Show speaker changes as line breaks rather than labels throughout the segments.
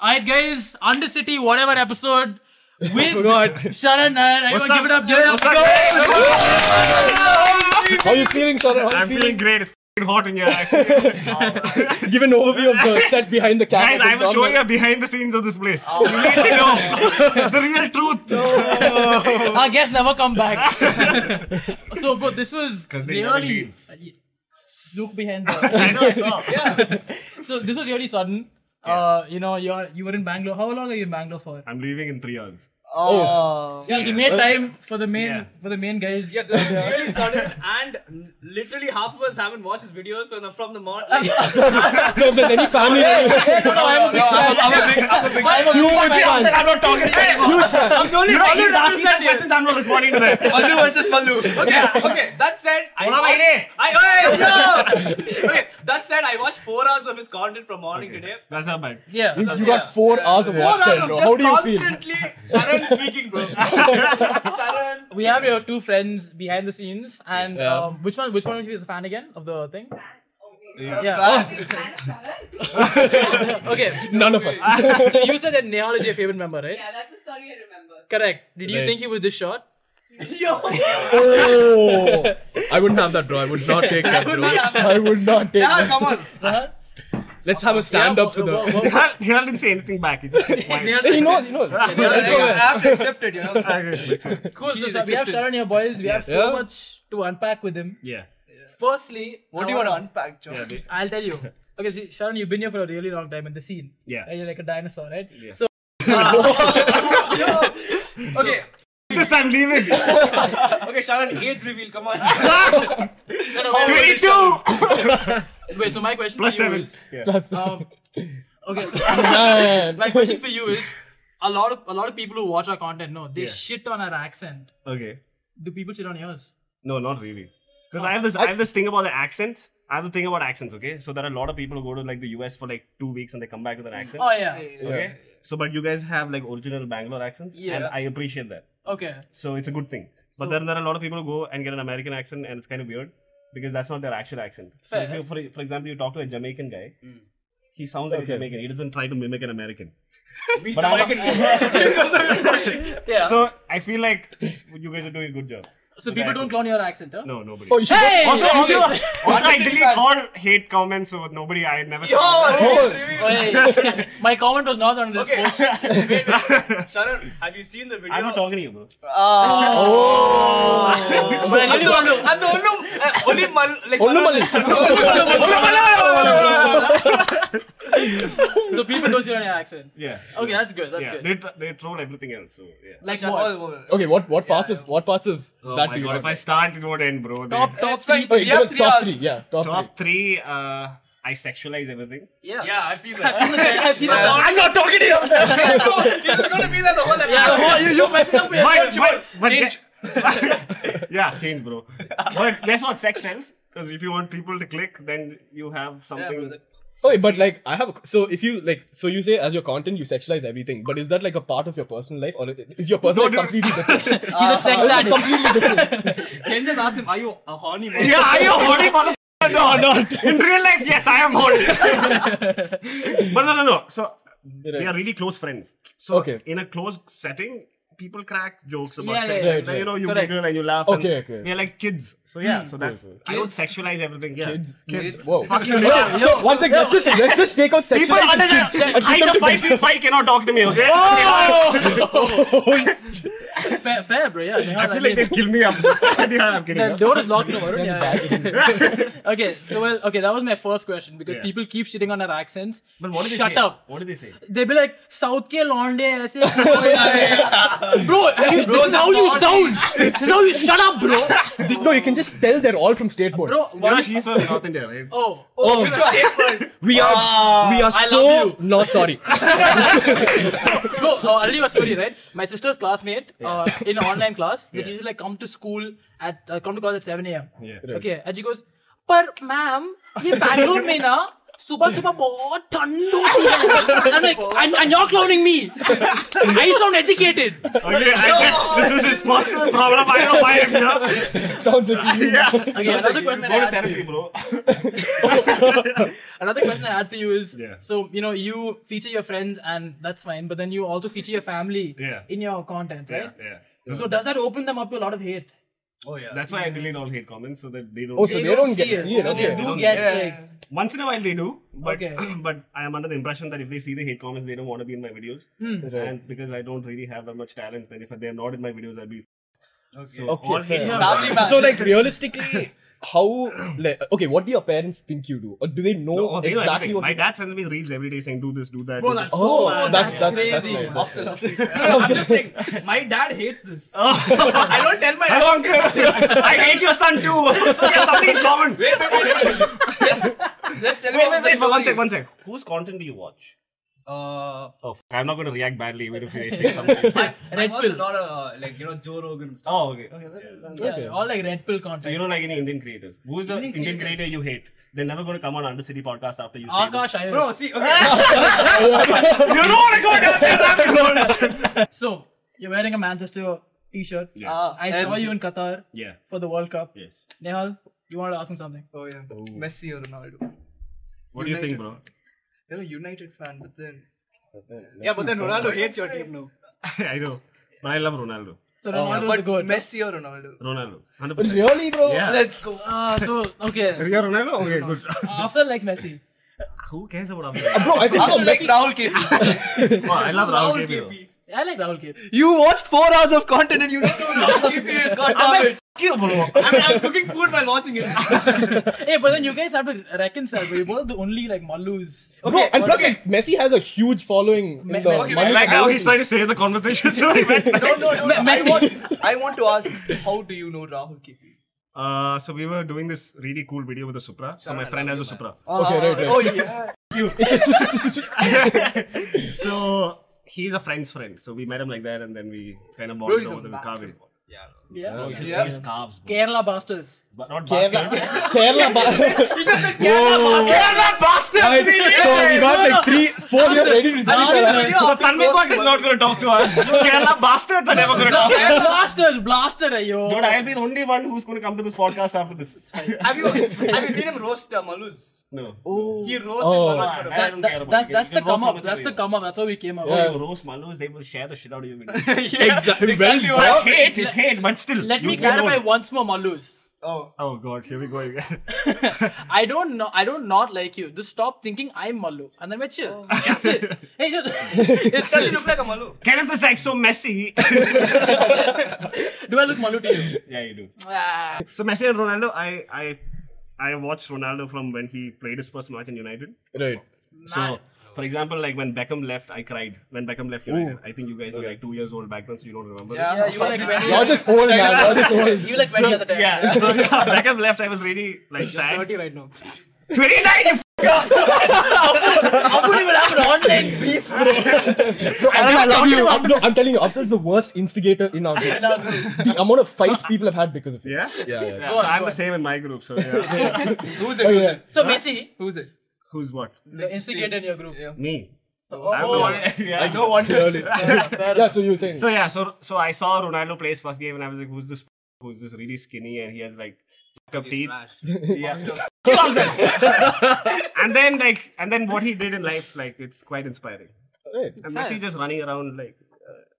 Alright, guys, Undercity, whatever episode with
forgot.
Sharan. And
What's
everyone give it
up?
up, give it up.
What's up, guys?
How are you feeling, Sharan? How are
I'm
you
feeling
feeling?
great. It's f***ing hot in here. I feel-
Give an overview of the set behind the camera.
Guys, I will
It's
show you behind the scenes of this place. You need to know the real truth.
Our guests never come back. so, bro, this was
'Cause they never
really. Look behind the.
I know, I saw.
So this was really sudden. Uh, you know, you're you were in Bangalore. How long are you in Bangalore for?
I'm leaving in three hours.
Oh.
Yeah, he made time for the main
Yeah.
for the main guys.
Yeah, this is really sudden, and literally half of us haven't watched his videos, so from the morning. Like,
not- So if there's any family, then
no, no, I'm a big fan.
I'm a big, I'm a big. I'm
you would fan.
not talking to you.
Huge fan.
I'm the only
You're
one
always
who's
asking
asking
that
that here.
questions. I'm not responding to that.
Mallu versus Mallu. Okay, okay. That said, I
Bola
watched,
bhai.
I hey, no! okay. That said, I watched four hours of his content from morning to day.
That's not bad.
Yeah.
You you got four hours of
Four
watch
hours
time, bro.
of just
How do you feel?
constantly Sharan speaking, bro. Sharan.
We have your two friends behind the scenes, and
Yeah.
um, which one? Which one of you is a fan again of the thing?
Yeah.
Yeah.
Fan of Sharan?
okay.
None of us.
So you said that Nehal is your favorite member, right?
Yeah, that's the story I remember.
Correct. Did you
Right.
think he was this short?
Oh, I wouldn't have that, bro. I would not take that, bro. I would not take
Nehal,
that.
come on. Uh-huh.
Let's have a stand
Yeah,
up for
wo- wo-
the.
wo-
Nihal, Nihal didn't say anything back. He just kept quiet.
Nehal,
He knows. He knows.
I have to accept it, you know.
Okay.
Cool. So,
Please,
so we have
acceptance.
Sharon here, boys. We have so
Yeah.
much to unpack with him.
Yeah.
Firstly,
What
I
do you want to
wanna-
unpack, John?
Yeah. they-
I'll tell you. Okay, see, Sharon, you've been here for a really long time in the scene.
Yeah.
Right? You're like a dinosaur, right?
Yeah.
So,
Okay,
This I'm leaving.
okay, Sharan, age reveal, come on.
22
wait, so my question
plus
for you
7.
is.
Yeah.
Um, okay.
Man.
my question for you is a lot of a lot of people who watch our content know they
Yeah.
shit on our accent.
Okay.
Do people shit on yours?
No, not really. Because I have this, I, have this thing about the accent. I have the thing about accents. Okay, so there are a lot of people who go to like the US for like two weeks and they come back with an accent.
Oh yeah.
Okay, so but you guys have like original Bangalore accents, and
Yeah.
I appreciate that.
Okay.
So it's a good thing. But then there are a lot of people who go and get an American accent, and it's kind of weird because that's not their actual accent. So if
Fair.
you, for for example, you talk to a Jamaican guy. He sounds like a Jamaican. He doesn't try to mimic an American.
We
But I'm-
Yeah. So,
So I feel like you guys are doing a good job. with the
people don't
accent.
clown your accent, huh?
No, nobody.
Oh, you should.
Hey!
Also,
Hey!
also, also I
Honestly,
delete
fans.
all hate comments, so nobody, I never.
Yo,
Oh.
age reveal.
Hey, my comment was not on this
Okay.
post.
wait, wait. Sharan, have you seen the video?
I'm not talking to you, bro.
But
I'm the
anyway,
only, I'm the only, uh, only Mal- like
Only
Mallu-
so people don't shit on your accent.
Yeah.
Okay, that's good. That's
yeah.
good.
They, tr- they troll everything else, so yeah.
Like
Sharan-
what?
oh, oh, oh.
Okay, what what parts of what parts of
Oh
that
my
do you
god, if I
want?
start, it won't end, bro. They-
Top top
It's like-
three.
Okay,
we Oh, have
Oh, give us
three
top
hours.
three. Yeah, top
top three, uh, I sexualize everything.
Yeah.
Yeah, I've seen
I've seen
that.
the I've seen the
I'm not talking to you!
no, this is gonna be that the whole episode.
Yeah, the whole, you, you messed up here.
but, but, but
Change.
get- yeah, change, bro. But guess what? Sex sells. Because if you want people to click, then you have
Yeah,
something.
bro, that-
three. Okay, but like I have a, so if you like so you say as your content you sexualize everything, but is that like a part of your personal life or is your personal
No,
life completely different?
He's a sex addict.
completely different.
Can you just ask him, are you a horny man?
yeah, are you a horny motherfucker? No, not. In real life, yes, I am horny. but no, no, no. So they are really close friends. So
Okay.
in a close setting, people crack jokes about
Yeah,
sex.
yeah,
and
yeah.
you know, you
Correct.
giggle and you laugh.
Okay,
and
okay.
We're like kids. So yeah, so that's
cool.
I don't sexualize everything. Yeah,
Kids.
kids.
Whoa.
Fuck you.
Yeah,
yeah.
so one sec, let's just let's just take out
People
sexualizing
under
kids and
the
put them
height of five
together.
feet five cannot talk to me. Okay.
Fair, fair, bro. Yeah.
I feel like they'll kill me. I'm, yeah, I'm kidding.
the door is locked now. Varun.
Yeah.
Yeah. okay, so well, okay, that was my first question because
Yeah.
people keep shitting on our accents.
But what did they
Shut
say?
up.
What did they say?
They be like South ke londe aise bro. Have you, this is how you sound. This is how you shut up, bro.
No, you can just tell they're all from state board.
Bro,
You know,
one,
she's from North India, right? Ah,
oh,
Oh, we are
uh,
we
I
are
love
so not sorry.
Bro, uh, I'll tell you a story, right? My sister's classmate uh, in online class, the
Yeah.
teacher like come to school at uh, come to class at 7 a.m.
Yeah.
Okay, and she goes, पर ma'am ये बैंगलोर में ना सुबह सुबह बहुत ठंड होती है I'm like, and, and you're clowning me I sound educated
Okay, I guess this is his personal problem. I don't know why I'm here.
Sounds like you.
Yeah.
okay another question I
Go to
had-
therapy, bro.
Another question I had for you is
Yeah.
so you know you feature your friends and that's fine, but then you also feature your family
Yeah.
in your content,
Yeah,
right?
yeah.
So does that open them up to a lot of hate?
Oh yeah.
That's why I delete all hate comments so that they don't.
Oh, so they don't get to see it.
So
Okay.
they do
Don't
get
get-
like
Once in a while they do, but
Okay.
but I am under the impression that if they see the hate comments, they don't want to be in my videos.
Right.
And because I don't really have that much talent, then if they're not in my videos, I'll be. Okay. So
Okay,
all
fair.
hate
Yeah.
comments-
So like realistically, how like okay, what do your parents think you do, or do they know
No, they know
exactly
everything.
what?
My
you-
dad sends me reels every day saying do this, do that. do
Bro, that's
this.
so
Oh,
bad.
that's-
that's- that's
crazy.
nice, that's
Offset, offset. I'm just saying, my dad hates this.
Uh,
I don't tell my dad.
Hello, uncle. I hate your son too. so we have something in common. Wait, wait, wait,
Let's tell him
wait,
about this
but one
movie.
sec, one sec. Whose content do you watch?
Uh,
Oh, f- I'm not going to react badly even if they say something.
I, I
Red
watch a
pill.
lot of uh, like you know Joe Rogan and stuff.
oh, okay. okay that- that-
yeah, all like red pill content.
So you don't like any Indian creators. Who is the Indian,
Indian creators.
creator you hate? They're never going to come on Undercity podcast after you say
Akash Iyer.
Oh, Bro, see, okay,
this. You don't want to go down there. rabbit hole.
So you're wearing a Manchester t-shirt.
Yes.
Uh, I saw you in Qatar
yeah.
for the World Cup.
Yes.
Nehal, you wanted to ask him something?
Oh yeah, Messi or Ronaldo.
What do you think, bro?
You're a United fan, but then
yeah, but then Ronaldo hates your team now.
I know. But I love Ronaldo.
So Ronaldo was
but
good.
Messi or Ronaldo.
Ronaldo. 100%.
Really, bro?
Yeah.
Let's go.
Ah, so okay.
You're Ronaldo? Okay, good.
After likes Messi.
Who cares about Ronaldo?
Bro, I think
Also, like Rahul KP.
oh, I love Rahul KP. though.
I like Rahul K.
You watched four hours of content and you don't know Rahul KP is god damn it.
Fuck you, bro.
I mean, I was cooking food while watching it.
Hey, but then you guys have to reconcile. We're both the only like Mallus.
Bro, and plus, like, Messi has a huge following in
Me-
the
Messi-
I
Manu
like how
community.
he's trying to save the conversation. So he went back.
No, no, no.
Me-
I
Messi.
want, I want to ask, how do you know Rahul KP?
Uh, so we were doing this really cool video with a Supra. So my friend has a Supra.
Okay, right, right.
Oh yeah.
It's a su- su- su- su- su-
so he's a friend's friend. So we met him like that, and then we kind of bonded over the carving.
Yeah.
You should
Yeah.
see his calves, bro.
Kerala bastards.
But not
Kerala,
bastards.
Kerala, ba- Whoa.
Kerala
I-
bastards.
So we got like three, four years ready to do
Bastard.
this.
So Tanvi Bhatt is not going to talk to us. Kerala bastards are never going to talk. to us.
Kerala blasters, blaster, yo.
Dude, I'll be the only one who's going to come to this podcast after this.
Have you have you seen him roast uh, Malus?
No.
He roasted
Oh.
Malus for a
I
That-
don't
that-
care about
that-
it.
that's
You
the
can roast
come
how
up.
much
That's
you
the
want.
come up. That's how we came up.
Oh, you roast Malus, they will share the shit out of you.
Exactly. Well,
That's hate, it's hate, but still.
Let
you
me
go
clarify
on.
once more, Malus.
Oh.
Oh god, here we go again.
I don't know. I don't not like you. Just stop thinking I'm Malu, and then we're chill.
Oh.
That's it. Hey, no, it's
Does he look like a Malu?
Kenneth is like so messy.
do I look Malu to you?
yeah, you do.
Ah.
So Messi and Ronaldo, I I I watched Ronaldo from when he played his first match in United.
Right.
So for example, like when Beckham left, I cried. When Beckham left United, I think you guys were like two years old back then, so you don't remember. this.
Yeah, you were like very-
Y'all just old, man. Y'all just old.
you were like very other time.
Yeah, so yeah, Beckham left. I was really like sad.
Dirty right now.
29, you
I wouldn't even have an online beef.
I love you. I'm, no, I'm telling you, Absal's the worst instigator in our group. the amount of fights people have had because of him.
Yeah?
Yeah, yeah.
So I'm the same in my group, so yeah.
Who's
Oh,
it?
yeah.
So Messi,
Who's it?
Who's what?
the instigator in your group.
Me.
Oh,
I'm the one. Yeah.
I don't want to.
Really.
fair, fair
Yeah,
enough.
so you were saying.
So yeah, so so I saw Ronaldo play his first game, and I was like, "Who's this? f- Who's this really skinny?" And he has like fuck up teeth. Yeah. Keep on saying. and then like, and then what he did in life, like it's quite inspiring.
Right.
And Messi just running around like.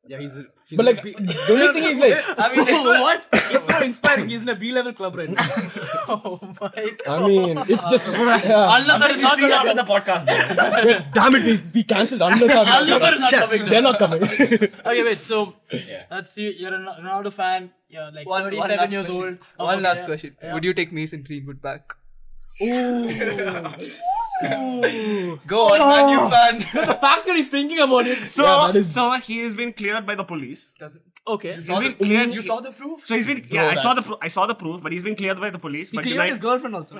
Yeah, he's. a- he's
But
a
like,
B-
the only thing is like,
I mean, it's so,
what?
it's so inspiring. He's in a B-level club right now.
Oh my god.
I mean, it's just. Yeah.
Al-Nassr is not going to
the podcast,
Damn it, we, we cancelled Al-Nassr.
Al-Nassr is not coming.
They're not coming.
Okay, wait. So that's you. You're a Ron- Ronaldo fan. You're like
One,
37
last
years
question.
old.
One last question. Would you take Mason Greenwood back? Ooh. Go on, man, you fan.
The fact that he's thinking about it.
So
Yeah, that is-
so he has been cleared by the police.
Okay.
He's been cleared.
You saw the proof?
So he's been yeah. I saw the pro- I saw the proof, but he's been cleared by the police.
He
but
cleared
United-
his girlfriend also.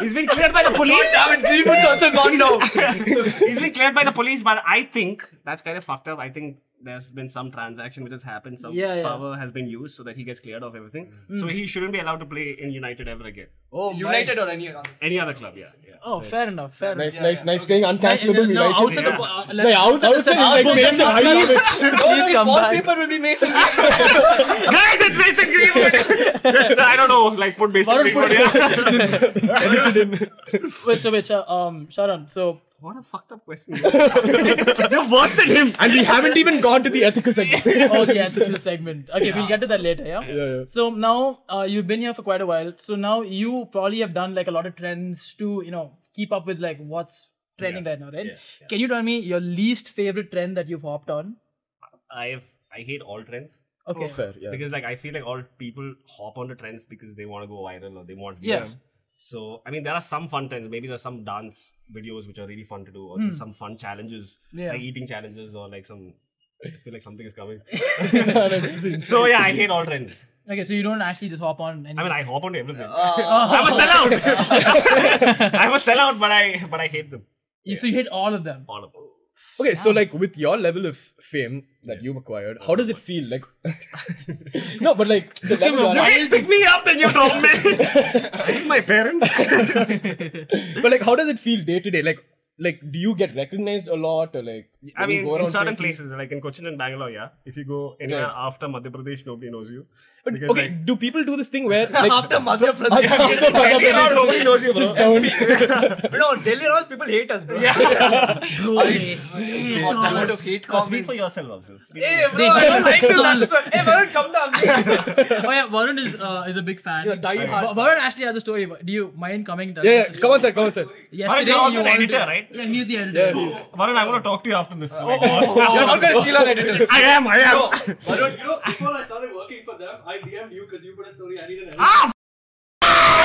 he's been cleared by the police.
Damn it, Greenwood's also gone now.
he's been cleared by the police, but I think that's kind of fucked up. I think there's been some transaction which has happened, some
Yeah, Mm-hmm. yeah.
power has been used so that he gets cleared of everything. So he shouldn't be allowed to play in United ever again.
Oh,
United or any other.
Any other club, yeah. yeah.
Oh, fair enough. Fair
Nice,
enough.
nice, nice. Staying uncancelable.
No,
United.
outside
Yeah.
the uh,
No, yeah, outs- outside is like Mason. I love it.
Please come back.
wallpaper will be Mason.
Guys, it's Mason Greenwood! Just, I don't know, like put Mason
Varun,
Greenwood.
put-
yeah.
Wait, so wait, so, um, Sharon. So
What a fucked up question. They're worse than him.
And we haven't even gone to the ethical segment.
okay, I think this segment. Okay, we'll get to that later. Yeah.
Yeah, yeah.
So now uh, you've been here for quite a while. So now you probably have done like a lot of trends to you know keep up with like what's trending right now, right?
Yeah,
Can you tell me your least favorite trend that you've hopped on?
I have, I hate all trends.
Okay.
Fair, yeah.
Because like I feel like all people hop onto trends because they want to go viral or they want views.
Yeah.
So I mean there are some fun trends. Maybe there's some dance videos which are really fun to do, or just some fun challenges,
Yeah.
like eating challenges, or like some. I feel like something is coming.
That's insane.
so yeah, I hate all trends.
Okay, so you don't actually just hop on. Any-
I mean, I hop onto everything. I'm a sellout. I'm a sellout, but I but I hate them
You- so you hit all of them.
all of them.
Okay, so like with your level of fame that you've acquired, how does it feel? Like, no, but like the level
on,
you are-
Guys, pick me up, then you drop me. I hate my parents.
but like how does it feel day to day? Like, like do you get recognized a lot or like?
I
when you
mean,
go
in
around
certain places, like in Cochin and Bangalore, yeah. If you go anywhere
Right.
after Madhya Pradesh, nobody knows you.
But,
Because,
okay,
like,
do people do this thing where like
After Madhya Pradesh.
after Madhya
Delhi
Pradesh,
now, nobody knows you, bro.
just down.
No, Delhi and all people hate us, bro.
Bro, I,
Amount of
No, speak
hate comments.
for yourself, also. Speak
Hey,
for
bro, I don't like this answer. Hey, Varun, come down.
oh yeah, Varun is uh, is a big fan.
You're die hard.
Var- Varun actually has a story. Do you mind coming?
Yeah, yeah, come on, sir, come on, sir.
Yesterday,
you're also
you
an
wanted
editor,
to-
right?
Yeah, he's the editor.
Yeah.
yourself. Varun, I want to talk to you after this. Oh,
You're not gonna steal our editor.
I am, I am.
Varun, you know, before I started working for them, I DM'd you because you put a story. I need an edit.
Ah, f-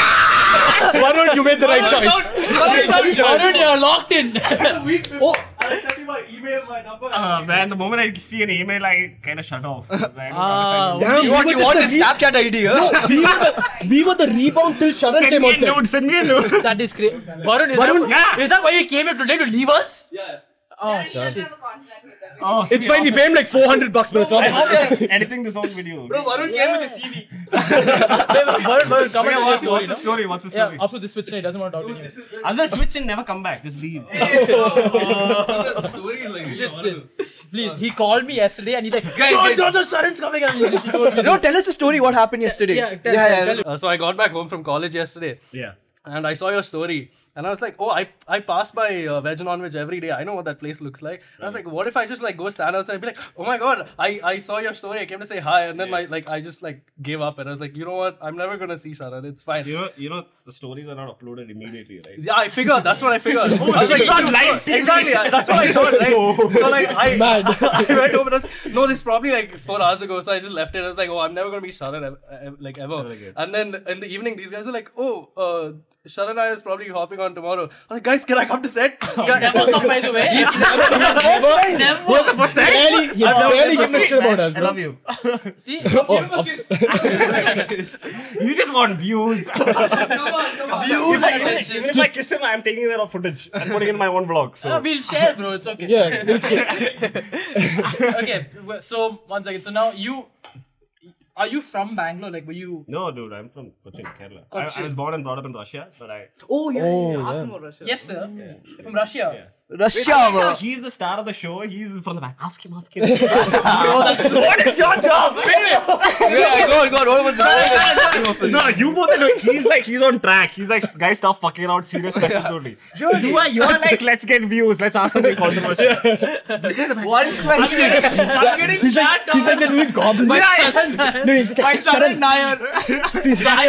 Varun, you made the right choice.
Varun, you're locked in.
The week before, I sent you my email, my number. and
Oh! Ah,
everything.
man, the moment I see an email, I kind of shut off. I don't understand.
Damn,
You
we
want,
were
you
just
want
the
his Snapchat ID, huh?
re- we were the we were the rebound till Sharan
Send
came
me
on
in,
set.
dude. Send me in, dude.
That is crazy. Varun, is,
Varun,
that,
yeah.
is that why you came here today to leave us?
Yeah.
Oh,
Sharon doesn't have a contract with them.
Oh,
It's fine. We pay him like four hundred bucks, but it's not.
Editing this whole video.
Bro, Varun came with a CV.
Wait, wait, Varun, Varun, come
Okay,
on.
what's,
to your
what's
story,
the
no?
story? What's the
Yeah,
story?
after this switch, he doesn't want to talk to
Dude,
you.
this is the,
I'm just switch and never come back. Just leave.
the story is like.
Sit, sit. Please, he called me yesterday and he's like, John,
guys.
John, John, Sharan's coming. And he she told me
No, tell us the story. What happened yesterday?
yeah, tell- tell- tell
Uh, so I got back home from college yesterday.
Yeah.
and I saw your story, and I was like, oh, I I pass by uh, veg and non-veg every day. I know what that place looks like. And I was like, what if I just like go stand outside and be like, oh my god, I I saw your story. I came to say hi, and then my like I just like gave up, and I was like, you know what? I'm never gonna see Sharan. It's fine.
You know, you know, the stories are not uploaded immediately, right?
Yeah, I figured. That's what I figured. I was like,
it's on
dude,
live
so- exactly. I- That's what I thought. Right? so like, I I went home and I was no, this is probably like four hours ago. So I just left it. I was like, oh, I'm never gonna be Sharan ev- ev- like ever.
Very good.
And then in the evening, these guys were like, oh, uh, Sharan I is probably hopping on tomorrow. I was like, guys, can I come to set? Yeah,
by the way.
What's the first Barely, he barely gives a shit about us,
I
bro.
love you.
See,
Oh,
You just want views.
Come on, come on.
If I- even if- even if I kiss him, I'm taking that off footage and putting it in my own vlog. So
uh, we'll share, bro. It's okay.
yeah, it's good.
Okay, w- so one second. So now you. Are you from Bangalore? Like, were you.
no, dude, I'm from Cochin, Kerala. I- I,
Cochin.
was born and brought up in Russia, but I
Oh yeah,
Oh, yeah.
ask him about Russia.
Yes, sir. From Russia.
Yeah.
Russia, bro.
he's the star of the show. He's from the back. Ask him, ask him.
what is your job? yeah, go on, go on. What about the
no, you both are doing. He's like he's on track. He's like, guys, stop fucking around. Serious questions only. You are, you are like, let's get views. Let's ask something controversial.
one question?
I'm getting
He's like, he's like the little goblin.
Sharan-
No, he's just
by
like,
Sharan
Sharan,
Nair.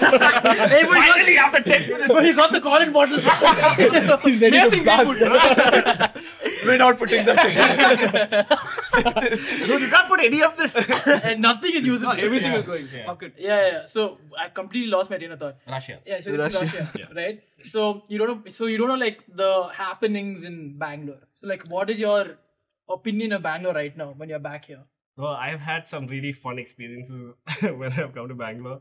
Finally, after ten minutes.
But he got the Colin bottle.
he's ready to
Amazing
blast.
We're not putting that in.
Dude, you can't put any of this.
and nothing is usable.
Everything is going. Fuck it.
Oh, Yeah, yeah. So I completely lost my train of thought.
Russia.
Yeah, so you're from
Russia.
Russia, right? So you don't know. So you don't know like the happenings in Bangalore. So like, what is your opinion of Bangalore right now when you're back here?
Bro, I've had some really fun experiences when I've come to Bangalore.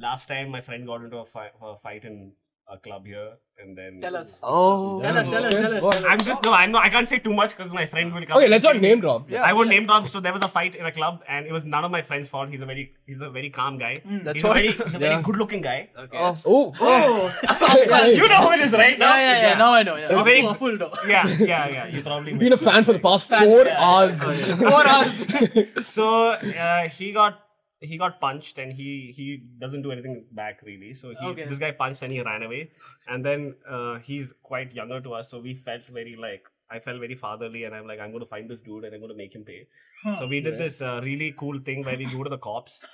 Last time, my friend got into a, fi- a fight in a club here, and then
Tell us.
Oh.
Tell us, tell us, tell us.
Yes.
Tell us.
I'm just no. I'm not. I can't say too much because my friend will come.
Ah. Okay, let's not name drop.
I won't name drop. So there was a fight in a club, and it was none of my friend's fault. He's a very, he's a very calm guy.
Mm.
That's
he's a
what-
very, he's a very
Yeah.
good-looking guy.
Okay.
Oh.
Oh,
You know who it is, right?
yeah, yeah, yeah. Now I know. Yeah,
It's
a
very-
full, a full dog.
yeah, yeah, yeah. You probably
Been a
will.
fan for the past four hours.
For us.
So uh, he got he got punched, and he he doesn't do anything back really. So he,
Okay.
this guy punched, and he ran away. And then uh, he's quite younger to us, so we felt very like I felt very fatherly, and I'm like I'm going to find this dude, and I'm going to make him pay. So we did this uh, really cool thing where we go to the cops.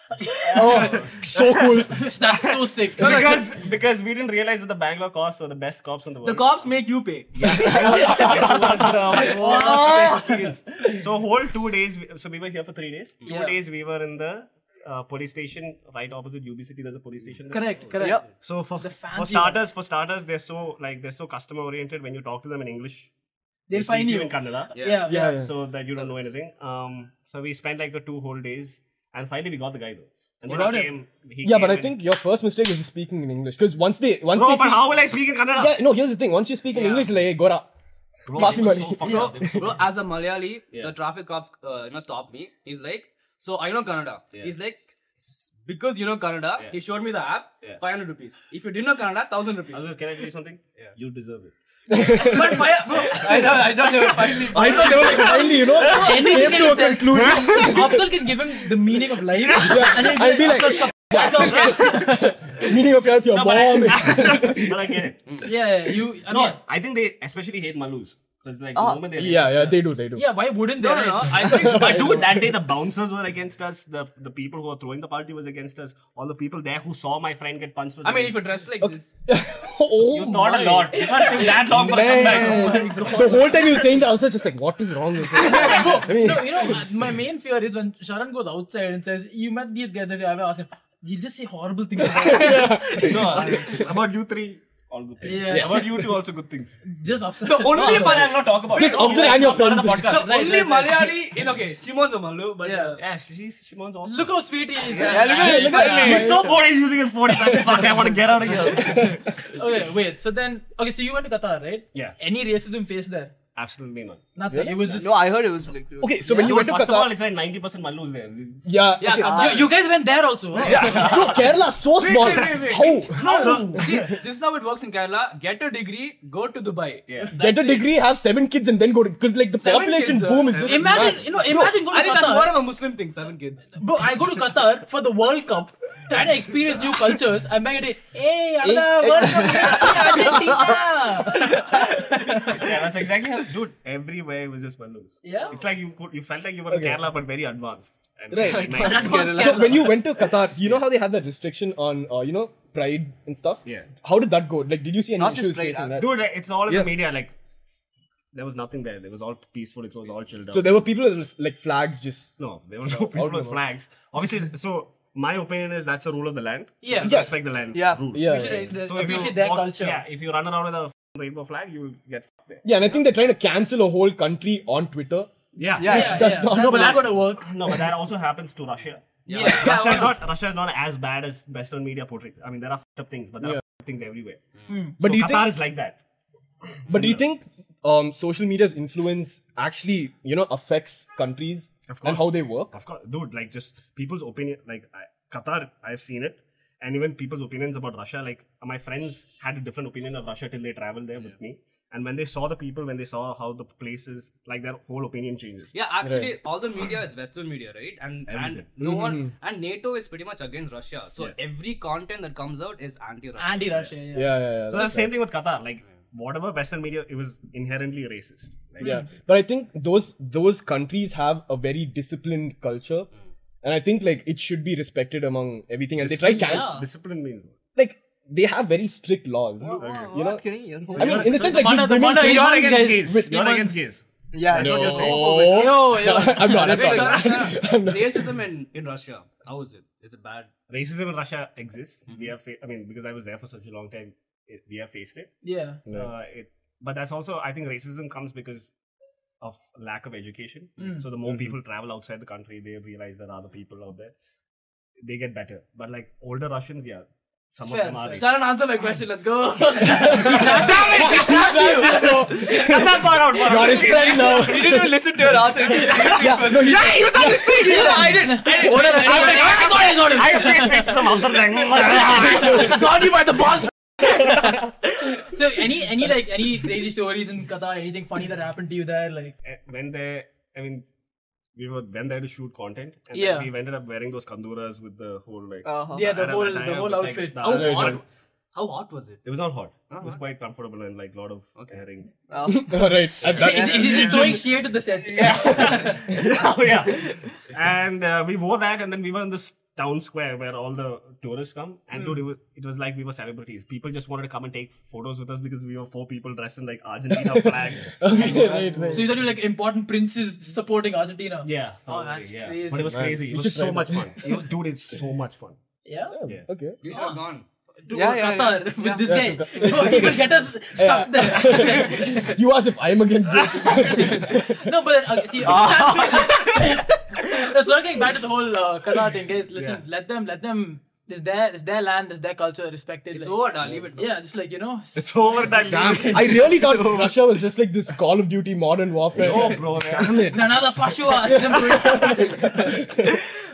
Oh, so cool.
That's so sick.
because because we didn't realize that the Bangalore cops were the best cops in the world.
The cops make you pay.
It was the worst experience. So whole two days. we- So we were here for three days. Two
Yeah.
days we were in the uh, police station right opposite UB City. There's a police station. there.
correct, correct.
So for
The
for
fancy
starters, for starters, they're so like they're so customer oriented. When you talk to them in English,
They'll
speak
find
to
you.
in Kannada.
Yeah, yeah.
Yeah, yeah.
So that you don't know anything. Um. So we spent like the two whole days, and finally we got the guy though. And
You
then
got
he
him.
came. He
Yeah, but
came
I
and-
think your first mistake was speaking in English. Because once they once
No,
they
but
see-
how will I speak in Kannada?
yeah, no. Here's the thing. Once you speak in English, like hey, Gora,
Bro,
pass me
they were
money.
so fucked up. They were so Bro, as a Malayali, the traffic cops, uh, you know, stopped me. He's like, so I know Kannada. He's like, "S- because you know Kannada, he showed me the app, 500 rupees. If you didn't know Kannada, 1000 rupees.
Azhar, can I tell you something? Yeah. You deserve it.
but why, bro,
I know, I know. they were finally-
I thought they were like finally, you know,
Anything
came
that
to a
he says,
conclusion.
Afsal can give him the meaning of life. And he'll
I'll be like,
"Afsal, shut the fuck up."
Meaning of your, your
but, I,
mom.
but I get it.
yeah, yeah, you. I mean,
No, I think they especially hate Malus. Because like the moment they
Oh, yeah, yeah, they do, they do.
yeah. Why wouldn't they?
no, no, no. I think,
But dude, that day the bouncers were against us. The the people who were throwing the party was against us. All the people there who saw my friend get punched. Was
I mean, if
against-
you dress like this,
oh
you thought
my.
a lot. You can't think that long for a
Oh
comeback.
Man. the whole time you were saying that, I was just like, what is wrong with you?
no, you know, my main fear is when Sharan goes outside and says, "You met these guys that you have asked him." He'll just say horrible things. About you.
No, I- about you three, all good things.
Yeah. Yes.
About you two, also good things.
just Afsal.
the only
Sorry, I will not talk about
Just
it.
observe and your friends.
The
Right,
only
right, right.
Malayali in okay, Shimon's a Malu, but
Yeah.
Yeah, she's Shimon's awesome.
Look how sweet he is.
Yeah, look at-
look at him.
He's so bored. He's using his phone. He's like, Fuck! I want to get out of here.
Okay, wait. So then, okay, so you went to Qatar, right?
Yeah.
Any racism faced there?
Absolutely not.
Nothing. It was just.
No, I heard it was like.
Okay, so when you
Dude,
went to
first of all,
Qatar,
it's like 90% Malus there.
yeah,
yeah,
okay.
Qatar-
you, you guys went there also. huh?
Bro, Kerala is so small.
wait, wait, wait.
How?
No, see, this is how it works in Kerala. Get a degree, go to Dubai.
Yeah.
Get a
That's it.
degree, have seven kids, and then go to because like the
Seven
population
kids,
boom
uh,
is just
Imagine, you know, imagine going
I
to
think that's
Qatar.
more of a Muslim thing, seven kids.
Bro, I go to Qatar for the World Cup, trying to experience new cultures. I'm back at it. Hey, another
Hey,
World Cup, let's see Argentina.
yeah, that's exactly how. Dude, everywhere it was just Malus.
Yeah.
It's like you could, you felt like you were in
Okay.
Kerala but very advanced. And
Right.
Nice.
So when you went to Qatar, you know how they had that restriction on uh, you know pride and stuff.
Yeah.
How did that go? Like, did you see any
Not just
issues
pride,
facing
uh,
that?
Dude, it's all in the
Yeah.
media. Like, there was nothing there. It was all peaceful. It was all chilled out.
So there were people with like flags just.
no, there were no people
out
with
and out.
flags. Obviously, so my opinion is that's the rule of the land.
Yeah.
Just
Yeah.
respect the land.
Yeah.
Rule.
Yeah.
should
yeah.
Just
So if you
appreciate their
walk-
culture.
Yeah. If you run around with a rainbow flag, you will get fucked there.
Yeah, and I think they're trying to cancel a whole country on Twitter.
Yeah.
Yeah,
Yeah,
yeah.
does
yeah.
not-
That's
No, but
not
that-
gonna work.
No, but that also happens to Russia.
Yeah,
Russia is not Russia is not as bad as Western media portrays. I mean, there are fucked up things, but there are fucked up things everywhere.
But
so
do you
Qatar
think?
is like that.
But do you think um, social media's influence actually you know affects countries
Of
and
course.
how they work?
Of course, dude. Like just people's opinion. Like I, Qatar, I've seen it, and even people's opinions about Russia. Like my friends had a different opinion of Russia till they traveled there with me, and when they saw the people, when they saw how the place is, like their whole opinion changes.
Yeah, actually, all the media is Western media, right? And and no one
Mm-hmm.
and NATO is pretty much against Russia. So every content that comes out is anti-Russia.
Anti-Russia. Yeah.
Yeah, yeah, yeah.
So that's the same thing with Qatar. Like whatever Western media, it was inherently racist. Like,
Yeah, but I think those those countries have a very disciplined culture, and I think like it should be respected among everything. And they try can
yeah.
Discipline means.
like they have very strict laws. You know, I mean, in the
So
sense
the
like these
mana- the
women
mana-
take-
you
You're
Humans
against
guys
gays.
with
You're
humans.
against gays.
Yeah,
That's what you're saying.
Yo, yo.
I'm not. That's
Wait,
all.
Shara,
I'm
Shara,
not.
racism in, in Russia. How is it? Is it bad?
racism in Russia exists. We have, fa- I mean, because I was there for such a long time, it, we have faced it.
Yeah.
Uh, it. But that's also, I think, racism comes because of lack of education. So the more people travel outside the country, they realize there are other people out there. They get better. But like older Russians, yeah, Some
Fair,
of them are.
fair.
racist.
Sharon, answer my question. Let's go. Damn it!
Cut that part out,
You're his friend now.
You didn't even listen to your answer.
yeah, no, he,
Hey, you thought this thing!
Yeah, I didn't. I didn't. Whatever.
I'm like,
I
oh my god, I got it! I face racism outside like,
God, you by the balls.
So any any like any crazy stories in Qatar, anything funny that happened to you there, like
Eh, When they, I mean, we were went there to shoot content, and
Yeah.
then we ended up wearing those kanduras with the whole like.
Uh-huh.
yeah, the
Arab
whole
attire
the whole
with, like,
outfit. Oh,
the
How
other
hot?
one.
How hot was it?
It was not hot. It was
Uh-huh.
quite comfortable and like a lot of airing.
Uh,
right. At that,
Is, is, is he throwing shade to the set?
oh yeah. And uh, we wore that, and then we were in this town square where all the tourists come. And dude, it was, it was like we were celebrities. People just wanted to come and take photos with us because we were four people dressed in like Argentina flag.
okay, right, right.
So you thought you were like important princes supporting Argentina.
Yeah.
Oh, that's
yeah.
crazy.
But it was
Man,
crazy.
you
It was
should
so
try
much fun. You know, dude, it's so much fun.
Yeah?
Yeah, Okay.
you should
Ah.
have gone.
To
Yeah, yeah,
Qatar
yeah.
with
Yeah.
this
Yeah,
guy.
to
No, he will get us stuck there.
You asked if I'm against this.
no, but uh, see,
Ah.
that's circling back to the whole uh, Qatar thing, guys. Listen, let them, let them. It's their, it's their land, it's their culture, respected.
It's
like,
over, darling. Leave it.
Yeah, just like you know. s-
It's over that
I really thought Russia was just like this Call of Duty modern warfare.
Oh, bro. man.
Damn it.
Another Pashua.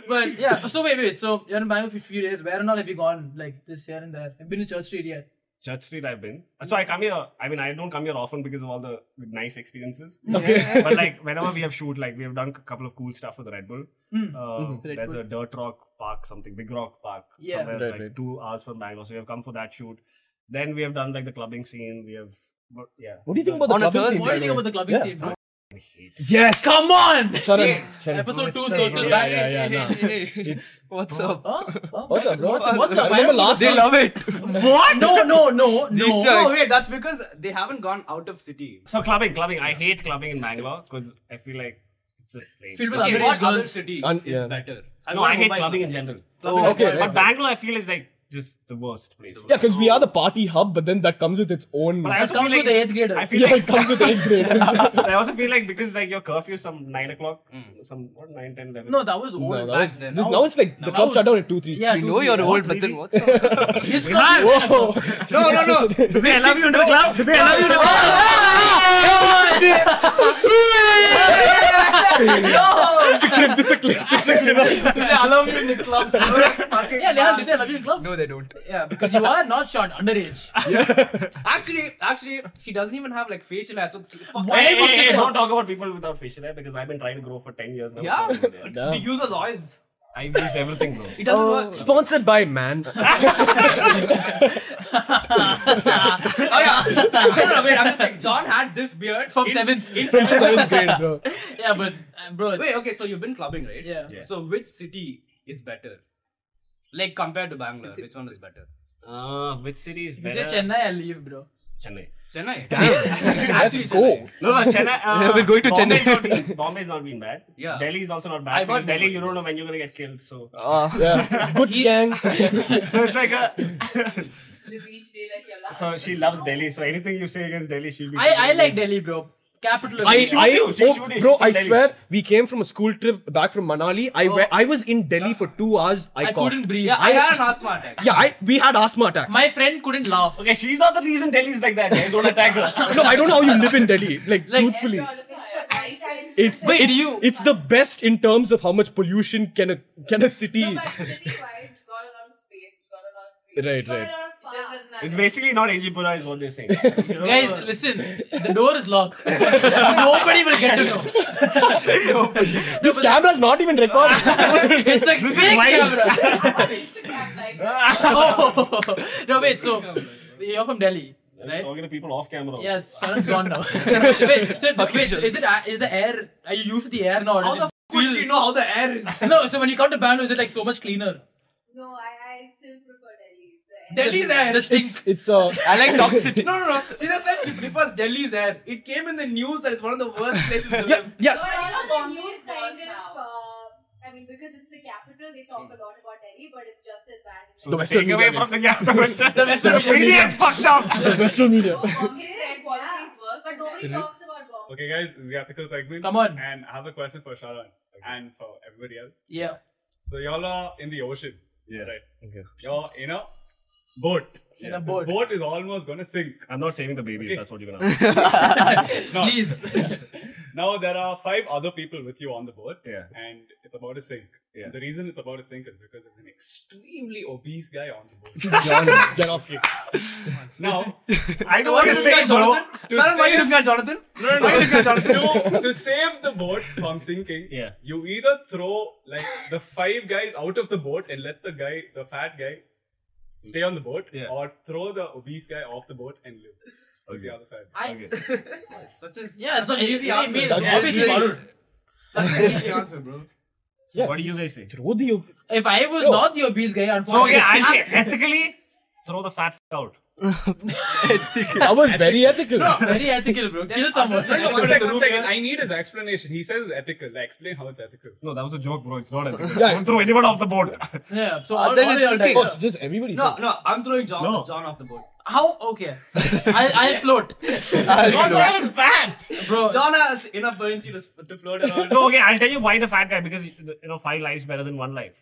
but yeah, so wait, wait. So you're in Bangalore for a few days. Where and all have you gone? Like this here and there. I've been to Church Street yet.
Church Street, I've been. So I come here. I mean, I don't come here often because of all the nice experiences.
Okay.
but like whenever we have shoot, like we have done a couple of cool stuff with Red Bull.
Hmm.
Uh, There's a dirt rock park, something big rock park.
Mm-hmm. Yeah.
somewhere
Right,
like
right.
two hours from Bangalore. So we have come for that shoot. Then we have done like the clubbing scene. We have, but yeah.
What do you think about the
On a
clubbing
Thursday.
scene?
What do you think about the clubbing
Yeah.
scene? bro?
Yes.
Come on.
Sharan, Sharan.
Episode two,
It's
circle
Yeah,
back.
yeah, yeah. nah.
It's what's up?
Huh? Huh?
What's up, bro?
Oh, What's up? What's
I
up?
remember last
They
time.
love it.
What? No, no, no, no.
No, Oh, wait. That's because they haven't gone out of city.
So clubbing, clubbing. I hate clubbing in Bangalore because I feel like it's just lame.
Filled with
Okay,
underage
what other
girls.
city
Un-
is
yeah.
better?
no, I
want
hate
Mumbai.
clubbing in general.
Oh,
okay,
But
right, right.
Bangalore, I feel is like just the worst place.
Yeah, because we are the party hub, but then that comes with its own.
But I
That
also
comes
feel like
with the
it's-
eighth graders.
I feel
Yeah,
like
it comes with eighth graders.
I also feel like because like your curfew is some nine o'clock, some what nine ten eleven.
Mm. No, that was old
No, that
back
was-
then.
this- now it's like the club shut down at 2 3.
yeah,
We
two,
know
three,
you're
yeah.
old, but then what's up?
His
Viral!
club-
Whoa.
No, no, no.
Do they allow you into the club? Do they allow you into the club?
this is a clip. This is a clip.
They allow you in the club. yeah, they have did they allow you in clubs?
No, they don't.
Yeah, because you are not shot underage.
Actually, actually, he doesn't even have like facial hair. So fuck.
Why
Hey,
was
hey,
it
hey,
a-
don't talk about people without facial hair because I've been trying to grow for 10 years now.
Yeah.
So,
He uses oils. Oh,
I've used everything, bro.
It doesn't
Oh.
work.
Sponsored by man.
Oh yeah. no, no, wait. I'm just like John had this beard
From
in-
seventh.
in-
From seventh grade, bro.
Yeah, but uh, bro, it's,
Wait. Okay. So you've been clubbing, right?
yeah.
Yeah.
So which city is better? Like compared to Bangalore, which one is better?
Uh, which city is
If you say
better?
Chennai, I'll leave, bro.
Chennai.
Chennai.
Let's
Actually,
go.
Chennai.
No, no, Chennai. Uh,
we're going to
Bombay's
Chennai.
Not been, Bombay's not been bad.
Yeah.
Delhi is also not bad.
I've
because
heard
Delhi,
Mumbai.
you don't know when you're going to get killed. So,
Oh. Yeah. Good gang.
so it's like a.
Live each day like your last.
so she loves Delhi. So anything you say against Delhi, she'll be.
I, I like Delhi, bro. Capital. of
I,
India.
shoot
I,
you, she
oh,
shoot you,
bro,
she's from
I
Delhi.
swear, we came from a school trip back from Manali. I, we- I was in Delhi for two hours. I,
I
coughed.
couldn't breathe.
Yeah, I
I-
had an asthma attack.
Yeah, I, we had asthma attacks.
My friend couldn't laugh.
Okay, she's not the reason Delhi's like that. Guys, don't attack her.
no, I don't know how you live in Delhi. Like,
Like-
truthfully,
It's
it's it's,
you-
it's the best in terms of how much pollution can a can a city.
no, but city-wise, it's got a lot of space. It's got a lot of green.
Right,
It's got a
right.
lot of parks. It just doesn't
It's
matter.
basically not Ajipura, is what they're saying.
Guys, listen. The door is locked. Nobody will get to know.
This camera's not even recording.
It's a big camera.
Instagram, like,
Oh. No, wait. So you're from Delhi, right?
Talking to people off camera. also.
Yeah, Sharon's gone now. wait, so, wait, so is it is the air? Are you used to the air now? or
How
does
the
it
f- would she know how the air is?
feel- no, so when you come to Bangalore, is it like so much cleaner?
no, I, I still prefer Delhi. The
Delhi's air.
The stink.
It's a.
I like toxicity.
No, no, no. She just said she prefers Delhi's air. It came in the news that it's one of the worst places to live.
Yeah,
But also
know
the
Bombay
news
is
kind
worse
of,
now.
uh, I mean, because it's the capital, they talk a lot about Delhi, but it's just as bad. in
So
The
take
Western
away
media
from the, yeah, the Western.
The Western
the
media.
media is fucked up.
Western media.
Bombay
Yeah.
said Bombay is worse, but nobody
It is.
talks about Bombay.
Okay, guys, this is the ethical segment.
Come on.
And I have a question for Sharon and for everybody else.
Yeah.
So y'all are in the ocean.
Yeah.
Right. Okay. Your inner Boat.
In a boat.
Boat is almost gonna sink.
I'm not saving the baby. If that's what you're gonna ask.
It's not.
Please.
now there are five other people with you on the boat.
Yeah.
And it's about to sink.
Yeah.
The reason it's about to sink is because there's an extremely obese guy on the boat.
John, get off here.
now,
I don't want to say, bro.
Jonathan? Saran, why you looking at Jonathan?
no, no, no. to, to save the boat from sinking,
Yeah.
you either throw like the five guys out of the boat and let the guy, the fat guy, stay on the boat,
Yeah.
or throw the obese guy off the boat and live with
Mm-hmm.
the other fat. guy.
I-
Okay.
Such as
Yeah, it's not easy
I
answer.
mean,
That's
obviously,
easy.
such an easy answer, bro.
Yeah,
What do you guys say?
Throw the ob-
If I was
Yo.
not the obese guy,
So
unfortunately,
Oh, yeah, I say uh, ethically, throw the fat f- out.
That was very ethical.
very ethical, bro. Kill someone.
No, no, one second, one second. I need his explanation. He says it's ethical. Like, explain how it's ethical.
No, that was a joke, bro. It's not ethical.
Yeah.
Don't throw anyone off the boat.
Yeah, so all,
then
all
it's
y'all die.
okay.
Oh, so just everybody.
No, no, I'm throwing John,
No.
John off the board.
How? Okay. I'll, I'll float.
John's not even fat,
Bro,
John has enough buoyancy to, s- to float around.
no, okay. I'll tell you why the fat guy because you know five lives better than one life,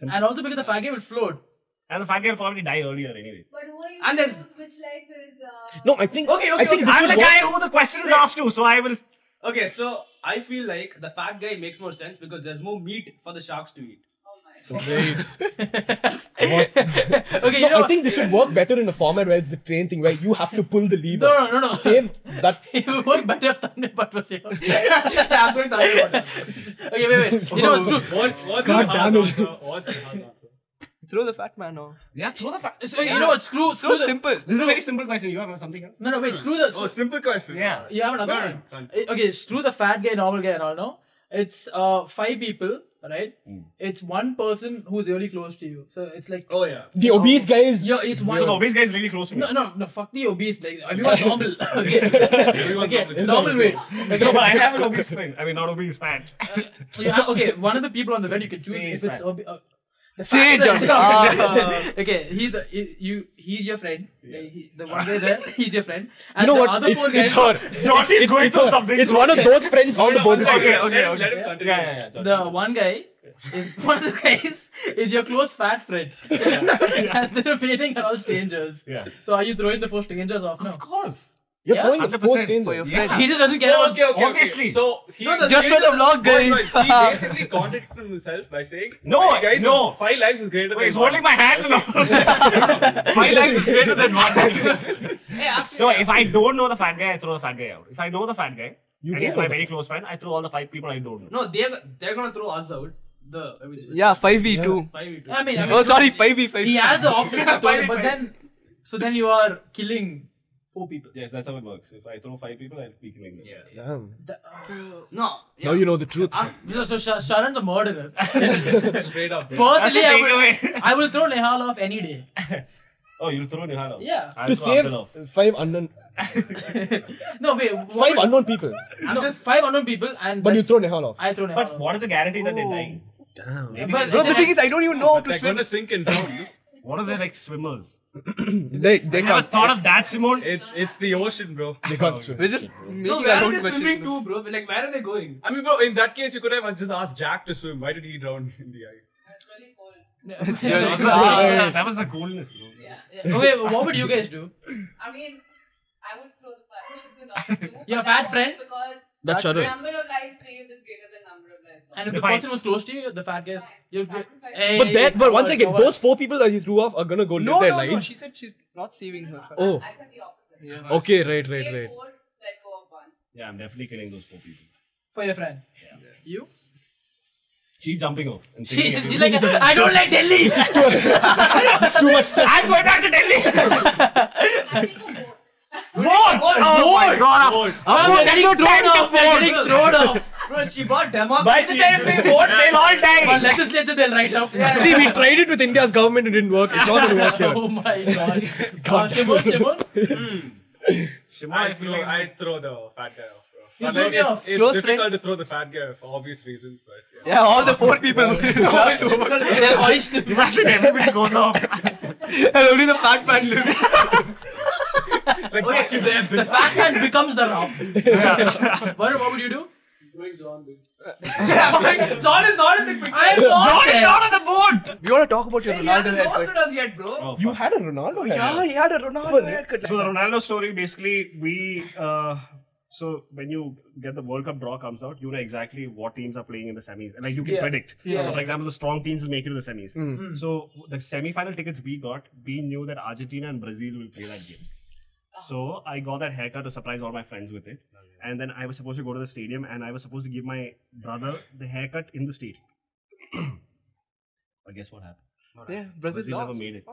and also because the fat guy will float.
and the fat guy will probably die earlier anyway.
But who are you
And
and
there's-
which life is uh,
No, I think.
Okay, okay,
I think
okay.
this
I'm
would
the
work-
guy who the question is asked to, so I will.
Okay, so I feel like the fat guy makes more sense because there's more meat for the sharks to eat.
Okay, you
No,
know
I
what?
think this would work better in a format where it's the train thing, where you have to pull the lever.
No, no, no, no.
Save that.
it would work better if Thunder Butt was here. I'm throwing Thunder Butt. Okay, wait, wait. You know what? Screw.
What, what's
God
the
damn
hard
it.
answer? What's the hard answer?
Throw the fat man off.
Yeah, throw the fat.
So, you know what? Screw.
So
Screw the.
simple.
This is a very simple question. You have something else?
No, no, wait. Screw the. Screw,
Oh, simple question.
Yeah.
You have another
No,
one.
no, no.
Eh, Okay, screw the fat guy, normal guy, and all. No, it's uh five people, right? It's one person who's really close to you. So it's like
Oh yeah.
The obese guy is.
yeah, it's one.
So the obese guy is really close to me.
no, no, no. Fuck the obese. Like everyone's normal. okay,
Everyone's
okay,
up with-
normal weight. Okay,
No, but I have an obese friend. I mean, not obese, fat.
you have- okay, one of the people on the bed you can choose
Say
if
his
it's
fat.
obi- uh, the
Say
fact
it,
that- Uh, okay, he's the, he, you. He's your friend. Like, he, the one guy there, he's your friend. And
You
the
know what?
other
It's,
four
it's
guys,
her.
Johnny is going
It's
through
her.
something.
It's one of those friends on the board.
Okay,
Let
okay,
him-
okay.
Let him continue.
Yeah, yeah, yeah.
the one guy is one of the guys is your close fat friend, and the remaining are all strangers.
Yeah.
So are you throwing the four strangers off now?
Of course.
You're throwing the four
100%
strains.
For your
off.
friend.
He just doesn't care.
Oh,
about-
okay, okay,
Obviously.
Okay. So he
No, the-
Just for the vlog,
Wait, wait, he
guys.
basically contradicted himself by saying,
No,
five guys, is-
no.
five lives is greater
Wait, he's
than one.
holding my hand and all. My life is greater than one.
Hey, actually,
No, if I don't know the fat guy, I throw the fat guy out. If I know the fat guy,
You
and he's
know
my
the
very close friend, I throw all the five people I don't know.
no, they're go- they're gonna throw us out. The I mean,
Yeah, 5v2.
Five v two.
I mean, I mean
Oh, sorry, 5v5.
he has the option to throw it, but
Fine,
then, so then you are killing four people.
Yes, that's how it works. If I throw five people, I'll be killing them.
yeah.
Damn.
The- uh,
No. Yeah.
Now you know the truth.
I'm- Ah, so, so Sha- Sharan's a murderer.
Straight up. bro.
That's the
Personally, I would,
takeaway.
I will throw Nehal off any day.
Oh, you'll throw Nihal off?
Yeah.
I'll
To
throw
save
Afzal off.
five unknown,
No, wait. what
five
would-
unknown people,
no, five unknown people, and
but you
that's-
throw Nehal off.
I throw Nehal
But
off.
what is the guarantee that they're dying?
But
Bro, the
isn't
thing
it-
is, I don't even know how to
They're
swim.
gonna sink and drown. no?
What if they're like swimmers?
They they
I never
can't.
thought of that, Simone.
It's it's the ocean, bro.
They can't swim.
We're just
No,
making
where
our
are
own
they swimming to,
questions.
bro? Like, where are they going?
I mean, bro, in that case, you could have just asked Jack to swim. Why did he drown in the ice?
really cold?
That was the- that was the coolness, bro.
okay, what would you guys do?
I mean, I would throw the fat person off too.
Your
but
fat
that
friend?
Because
That's
the
Sharan.
number of lives saved is greater than number of lives lost.
And if the
Define.
person was close to you, the fat guys, you'd be.
Sacrifice.
Hey,
But that, but once
forward,
again,
forward.
those four people that you threw off are gonna go
No,
live their
no, no.
lives.
She said she's not saving her. fat.
Oh,
I said the opposite.
okay, right, right,
Save
right.
four, let go of one.
Yeah, I'm definitely killing those four people.
for your friend. You?
She's jumping off. And
She,
singing
she's
everything.
like, I don't like Delhi.
It's too much stress.
I'm going back to Delhi!
I think a boat.
What? Oh my god!
I'm getting thrown
tank
off. We're getting thrown off.
Bro, she bought democracy.
By the time they vote, they'll all
But
die!
legislature, they'll write up.
See, we tried it with India's government, it didn't work. It's not gonna work here.
oh my god. Uh, god. Shimon, Shimon.
Shimon,
I
I feel
throw,
like
I throw the fat guy off, bro. But
throw
like,
me
it's
off.
it's
Close
difficult to throw the fat guy off for obvious reasons, but yeah.
Yeah, all the four people. and
They're hoist him.
Imagine everybody goes off.
only the fat man lives.
It's like, got you there,
The
bitch.
fat man becomes the rough. Varun, what would you do?
Going John, dude.
I'm like, John is not in the picture. I'm
John is not on the boat!
We want to talk about your
He
Ronaldo
hasn't
haircut.
roasted us yet, bro.
Oh,
You had a Ronaldo
Yeah,
haircut.
he had a Ronaldo haircut.
So the Ronaldo story basically we uh, so when you get the World Cup draw comes out, you know exactly what teams are playing in the semis. Like you can
Yeah.
predict.
Yeah.
So for example, the strong teams will make it to the semis.
Mm.
So the semi-final tickets we got, we knew that Argentina and Brazil will play that game.
Oh.
So I got that haircut to surprise all my friends with it. And then I was supposed to go to the stadium and I was supposed to give my brother the haircut in the stadium. but guess what happened?
Yeah, Brazil
Brazil never
lost.
made it.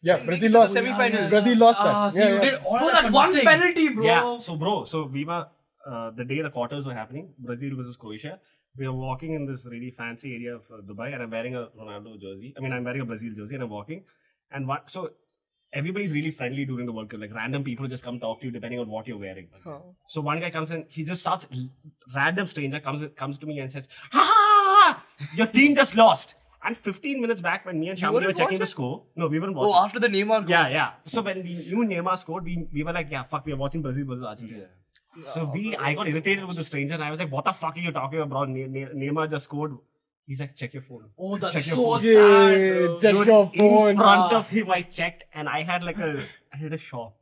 Yeah, Brazil lost.
semi-final.
Brazil lost
Ah,
that.
so
Yeah,
you
yeah.
did all
Bro,
that,
that
one
one thing.
penalty, bro.
Yeah. So, bro, so we were uh, the day the quarters were happening, Brazil versus Croatia. We were walking in this really fancy area of uh, Dubai, and I'm wearing a Ronaldo jersey. I mean, I'm wearing a Brazil jersey, and I'm walking. And what? So everybody's really friendly during the World Cup. Like random people just come talk to you depending on what you're wearing. So one guy comes in, he just starts. Random stranger comes comes to me and says, "Ha ha, ha! ha, Your team just lost." And 15 minutes back, when me and Shamali were checking the score, no, we weren't watching.
Oh, after the Neymar goal.
Yeah, yeah. So when we knew Neymar scored, we, we were like, yeah, fuck, we are watching Brazil versus Argentina. So we, I got irritated with the stranger and I was like, what the fuck are you talking about? Ne- Ne- Neymar just scored. He's like, check your phone.
Oh, that's
Check your
so Ah.
phone.
sad, bro.
Check
Dude,
your
In
phone.
front of him, I checked and I had like a, I had a shock.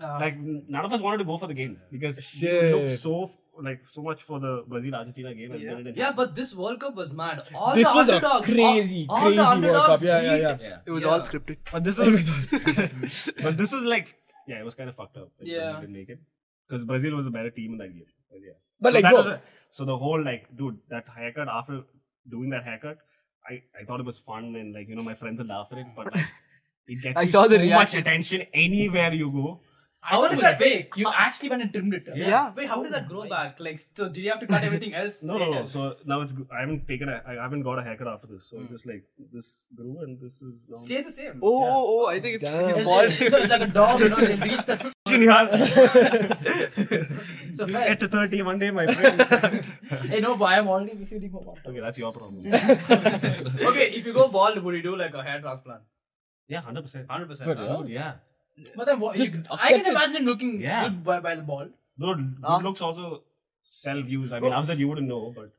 Ah.
Like n- none of us wanted to go for the game because we looked
Shit.
so f- like so much for the Brazil Argentina game and then it didn't
Yeah,
happen.
but this World Cup was mad. All
This
the
was a
underdogs,
crazy,
all, all
crazy
the
World
underdogs
Cup. Yeah, yeah,
beat-
yeah.
It was
Yeah.
all scripted.
But this was, but this was like yeah, it was kind of fucked up. that
Yeah.
Brazil didn't make it because Brazil was a better team in that game. But yeah.
But
so
like,
that
bro,
was a, so the whole like, dude, that haircut after doing that haircut, I, I thought it was fun and like you know my friends would laugh at it, but like it gets
I
you
saw
so
the
much
reaction.
attention anywhere you go.
How
How
did
is
that-
that fake? You actually went and trimmed it.
Yeah.
Wait, how did that grow back? Like, so did you have to cut everything else?
No, no, no.
later?
So now it's gr- I haven't taken a, I haven't got a haircut after this. So it's just like this grew and this is. Long.
Stays the same.
Oh, oh, oh, I think it's
Damn.
he's
It's,
bald.
it's, it's like a dog, you know, they reach that. It's a
You'll
fact.
get to thirty one day, my friend.
Hey, no, but I'm already receiving more water.
okay, that's your problem.
okay, if you go bald, would you do like a hair transplant?
Yeah, hundred percent.
100%. huh?
Dude, yeah.
But then what?
Just
you- I
accept
can
it.
imagine it looking
Yeah.
good by, by the ball.
Dude, good looks also sell views. I mean, I'm you wouldn't know, but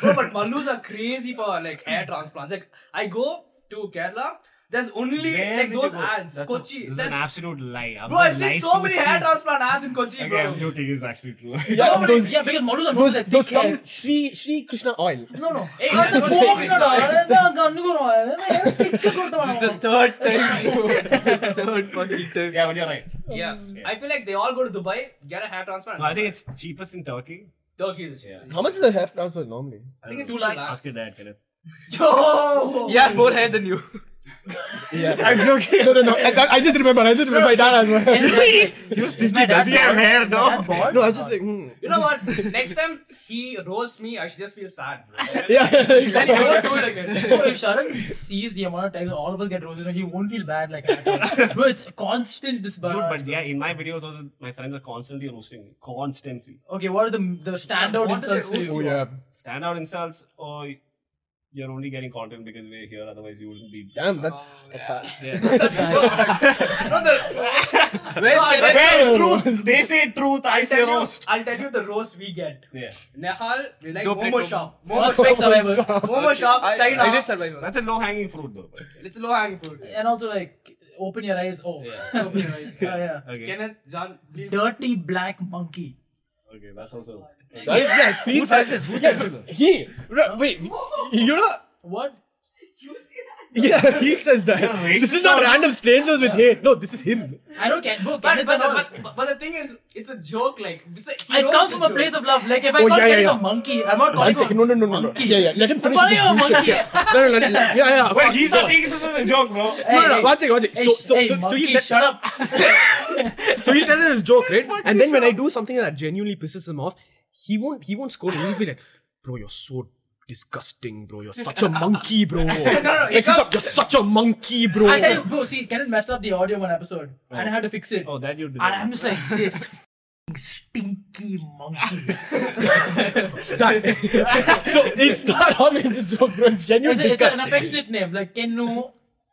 Bro, but Mallus are crazy for like hair transplants. Like, I go to Kerala, there's only
Where
like
did you
those
go?
ads.
That's a-
Kochi.
this is
there's-
an absolute lie. I'm
bro, I've
lies
seen
to
so
the
many hair
street.
transplant ads in Kochi,
Okay,
bro.
I'm joking. It's actually true.
Yeah,
yeah, those,
yeah because models are
those,
like
those
thick hair.
some Shri Shri Krishna oil.
No, no.
Hey,
I'm
that's
the
what
folk
I'm
nada,
saying.
I'm the gun gun, I'm the thick gun, I'm the-
Third time, dude. Third fucking time.
yeah, but you're right.
Yeah. I feel like they all go to Dubai, get a hair transplant.
No, I think it's cheapest in Turkey.
Turkey is yeah.
How much is a hair transfer normally?
I think it's
Two
two
lakhs.
lakhs.
Ask your dad, Kenneth.
Yo!
He has more hair than you.
Yeah, I'm joking. No, no, no. I, that- I just remember. I just remember my dad as well.
You stingy, does he have hair? No.
No, I was just like, hmm.
You know what? Next time he roasts me, I should just feel sad. Bro. Then he
yeah.
won't do it again.
Bro, if Sharan sees the amount of times all of us get roses, he won't feel bad like that. Bro, it's constant disbarrage.
Dude, but yeah, in my videos, also, my friends are constantly roasting me. Constantly.
Okay, what are the the standout
What did they
insults to
roast
you?
Oh yeah.
Stand out insults, or you're only getting content because we're here, otherwise, you wouldn't be.
Damn, that's a fact.
Yeah.
Where's no, I'll, tell you,
truth. They say truth, I say roast.
I'll tell you the roast we get.
Yeah.
Nehal, like
Don't play
Momo
Momo.
shop. Momo shop survivor. Momo shop, China.
I did survive.
That's a low hanging fruit, though.
it's low hanging fruit.
And also like, open your eyes. Oh,
Open your eyes.
yeah, yeah.
Okay.
Kenneth, John, please.
Dirty black monkey.
Okay, that's also.
That is, yeah, see, who says this? Who says this? He. Ra- Wait, you're not.
What?
You say
Yeah,
that?
he says that. this is not random strangers with hate. No, this is him.
I don't get. Bro,
But,
Kenneth
but,
and all.
but, but, but the thing is, it's a joke. Like, it's a, he
It
wrote
comes
the
from a
joke.
place of love. Like if I
Oh,
call
yeah, yeah,
Kenneth a
yeah.
monkey, I'm not calling
One second.
him
No,
a
no, no, no, no.
monkey.
Yeah, yeah. Let him finish.
Why
his
are you a
bullshit.
monkey?
Yeah. No, no, no, no, yeah, yeah.
Wait,
fuck,
he's
go
not
on.
taking this as a joke, bro.
Hey,
No, no,
hey,
no, one second, one second.
hey,
so, so,
hey,
so, so,
monkey,
you let,
shut up.
so you tell him this joke, right? And then when I do something that genuinely pisses him off, he won't, he won't scold me. He'll just be like, "Bro, you're so disgusting, bro. You're such a monkey, bro.
no,
like,
it comes-
you're such a monkey, bro."
I tell you, bro, see, Kenneth messed up the audio one episode, and I had to fix it.
Oh, that you did.
And I'm just like this stinky monkey.
That- so it's not always a joke, bro. It's genuine
It's, a, it's
disgust.
an affectionate name, like Kenu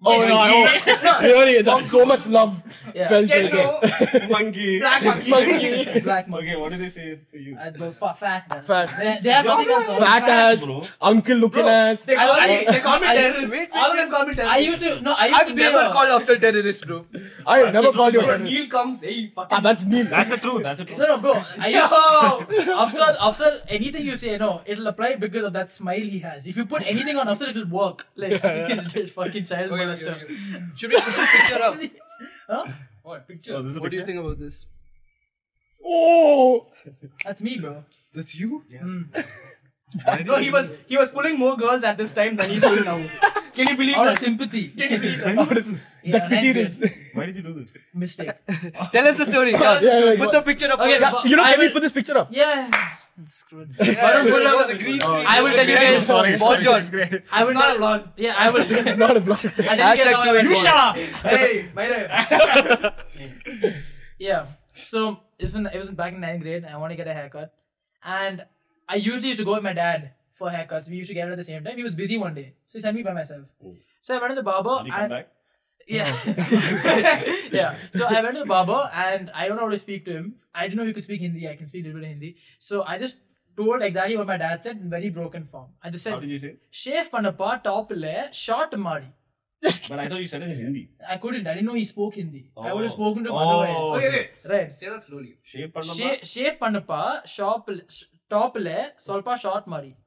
Oh, no, I oh. Really, that's so much love
Yeah.
felt
Get
right there.
Monkey.
Black monkey.
Monkey. Black monkey.
Okay, what do they say for you?
Uh, but fa- fat. man.
Fat.
They, they have nothing else.
Fat ass,
Bro.
uncle looking ass.
They call
I-
me. They call me
I-
terrorist.
wait,
All of them call me terrorist.
I used to no. I used to
I've
be
never
a,
called yourself terrorist, bro.
I have never called you.
Bro,
terrorist.
Neil comes. Hey, fucking.
Ah, that's mean.
That's the truth. That's the truth.
No, no, bro. I used,
Yo.
Afsar, Afsar, anything you say, no, it'll apply because of that smile he has. If you put anything on Afsar, it'll work. Like it's fucking child
Okay,
molester.
okay, okay. Should we put this picture up?
What picture?
Oh, this is a
What do you
picture.
think about this?
Oh!
That's me, bro.
That's you?
Bro, he was he was pulling more girls at this time than he's pulling now. Can you believe
Out of
that?
sympathy.
Can you believe that?
What is this?
Yeah,
that pity
ninth
is.
Why did you do this?
Mistake.
Tell us the story. Tell us the
yeah,
story.
yeah,
Put the picture up.
Okay,
Yeah,
but
You know,
I
can we
will,
put this picture up?
Yeah. Screwed.
Why don't you put up the green
Oh,
screen?
I will tell you guys.
Sorry, sorry, sorry.
I will not vlog. Yeah, I will.
It's not a vlog.
I didn't
Hashtag
get how I
no
went
involved.
Shut up.
Hey, by the way.
Yeah. So it was in, it was back in ninth grade. And I want to get a haircut, and I usually used to go with my dad for haircuts. We used to get it at the same time. He was busy one day, so he sent me by myself. So I went to the barber.
Did you come
and
back?
Yeah. yeah. So I went to the barber and I don't know how to speak to him. I didn't know he could speak Hindi. I can speak a little bit of Hindi. So I just told exactly what my dad said in very broken form. I just
How did
said,
you say?
shave panapa, top short mari.
But I thought you said it in Hindi.
I couldn't. I didn't know he spoke Hindi. I would have
Oh.
spoken to him
Oh.
otherwise.
Okay, wait.
Right.
Say that slowly.
Shape and
Shave, shave panapa, shop, top solpa short mari.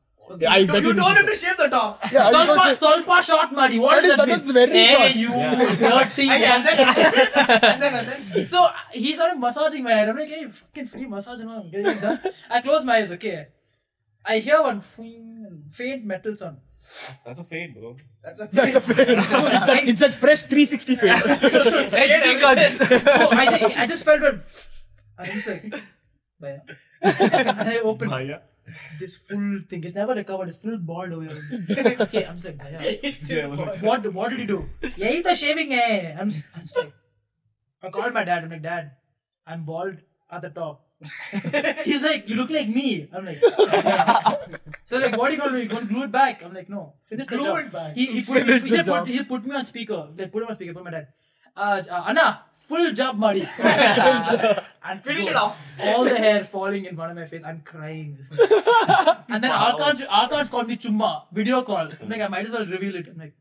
Yeah, I bet
You
you
don't have to shave the top.
Yeah, I was
Solpa,
gonna say-
solpa short mari. What does that
That
mean?
was very
hey,
short.
you dirty.
Okay, and then, and then, and then.
So he started massaging my head. I'm like, hey, fucking free massage and all. I'm getting it done. I close my eyes, okay. I hear one fing- faint metal sound.
That's a fade, bro.
That's a fail. it's, that, it's that fresh 360 fail.
HD guns.
So Oh, I, think, I just felt one. I was like, "Bhaiya." and I opened
Bhaiya.
this full thing. It's never recovered. It's still bald over here. okay, I'm just like, Bhaiya,
Yeah, I was like,
what, what did you do? Yeah, the shaving. Hai. I'm, just, I'm just like, I called my dad. I'm like, Dad, I'm bald at the top. He's like, you look like me. I'm like, "Yeah." so like, what are you gonna do? You gonna glue it back? I'm like, no, finish the job.
back.
He, he put, he, said, put, he put me on speaker. Like, put him on speaker. Put my dad. Uh, uh, Anna, full job, Mari. and
Finish it off.
All the hair falling in front of my face. I'm crying. It's like- and then Arkansh, Arkansh called me Chumma. Video call. I'm like, I might as well reveal it. I'm like,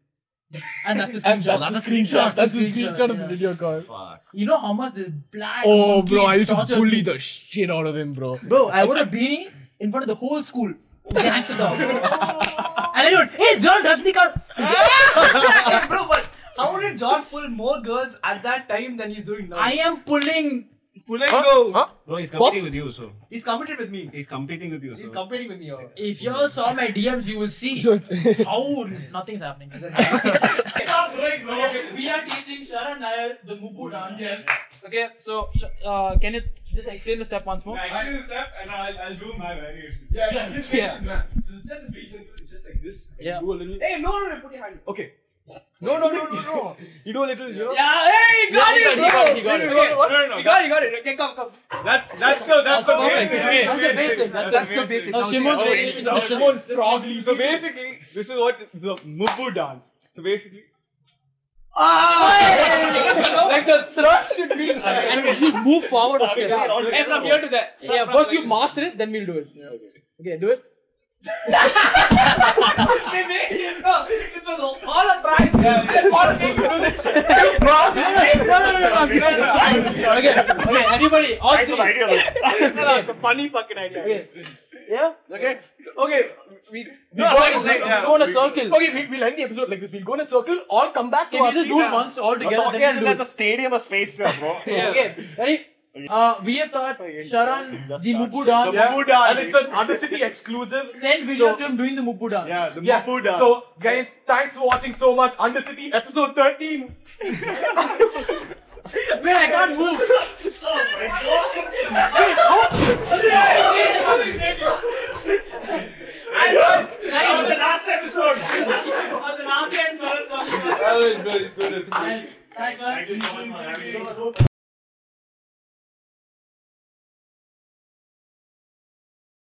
and that's the screenshot.
that's a screenshot. That's the screenshot of the
yeah.
video call.
You know how much this black.
Oh,
monkey
bro, I used to
tortured
bully
me.
the shit out of him, bro.
Bro, I wore a beanie in front of the whole school. Gangster dog. and I don't, hey, John Rajnikant.
Hey, bro, but how did John pull more girls at that time than he's doing now?
I am pulling.
Pulling go.
Bro, he's competing
Pops?
with you, so.
he's competed with me.
He's competing with you,
He's
so.
competing with me. Or...
If y'all saw my DMs, you will see
So it's-
how nothing's happening. we are teaching Sharan Nair the Mubu dance. Yes. Okay, so sh- uh, can you just explain the step once more?
Actually, the step, and I'll, I'll do my variation.
Yeah, yeah, he's
Yeah.
patient, man. So the step is very simple. It's just like this. I should
Yeah.
Do a little.
Hey, no, no, no, put your hand.
Okay.
No, no, no, no, no.
You do a little. You know.
Yeah, hey, you got
Yeah,
it,
he
bro.
got it, he got it, he got it.
You got
No, no, no.
You got it, you got it. Okay, come, come.
That's that's the that's the
perfect.
basic. way,
That's the basic. That's-
That's the basic.
Now,
Now say-
Shimon's
okay,
variation.
now
So
Shimon-
Shimon-
Frogly. So basically, this is what is a Mubu dance. So basically,
Like the thrust should be.
And we move forward. Okay.
Hey, from here to there.
Yeah, first you master it, then we'll do it. Okay, do it.
No, this was all all a prank. Just want to make you do this shit.
No, no, no, no. Okay, okay, everybody, all three.
No, it's a funny fucking idea.
Okay. Yeah? Okay.
Okay, we.
No,
we
like, let's go in a circle.
Okay, we, we'll end the episode like this. We'll go in a circle, all come back to
Okay, we
our
just
seat
do it
and-
once all together.
Okay,
Then
so
we'll
that's
do
a stadium of space, here, bro.
it. Okay, ready? Uh, we have taught Sharan the Mupu dance.
Yeah.
Mubu dance.
And it's an Undercity exclusive.
Send videos
So-
to him doing the Mupu dance.
yeah, the
Yeah.
Mubu dance.
So, guys, thanks for watching so much. Undercity episode 13.
Man, I can't move.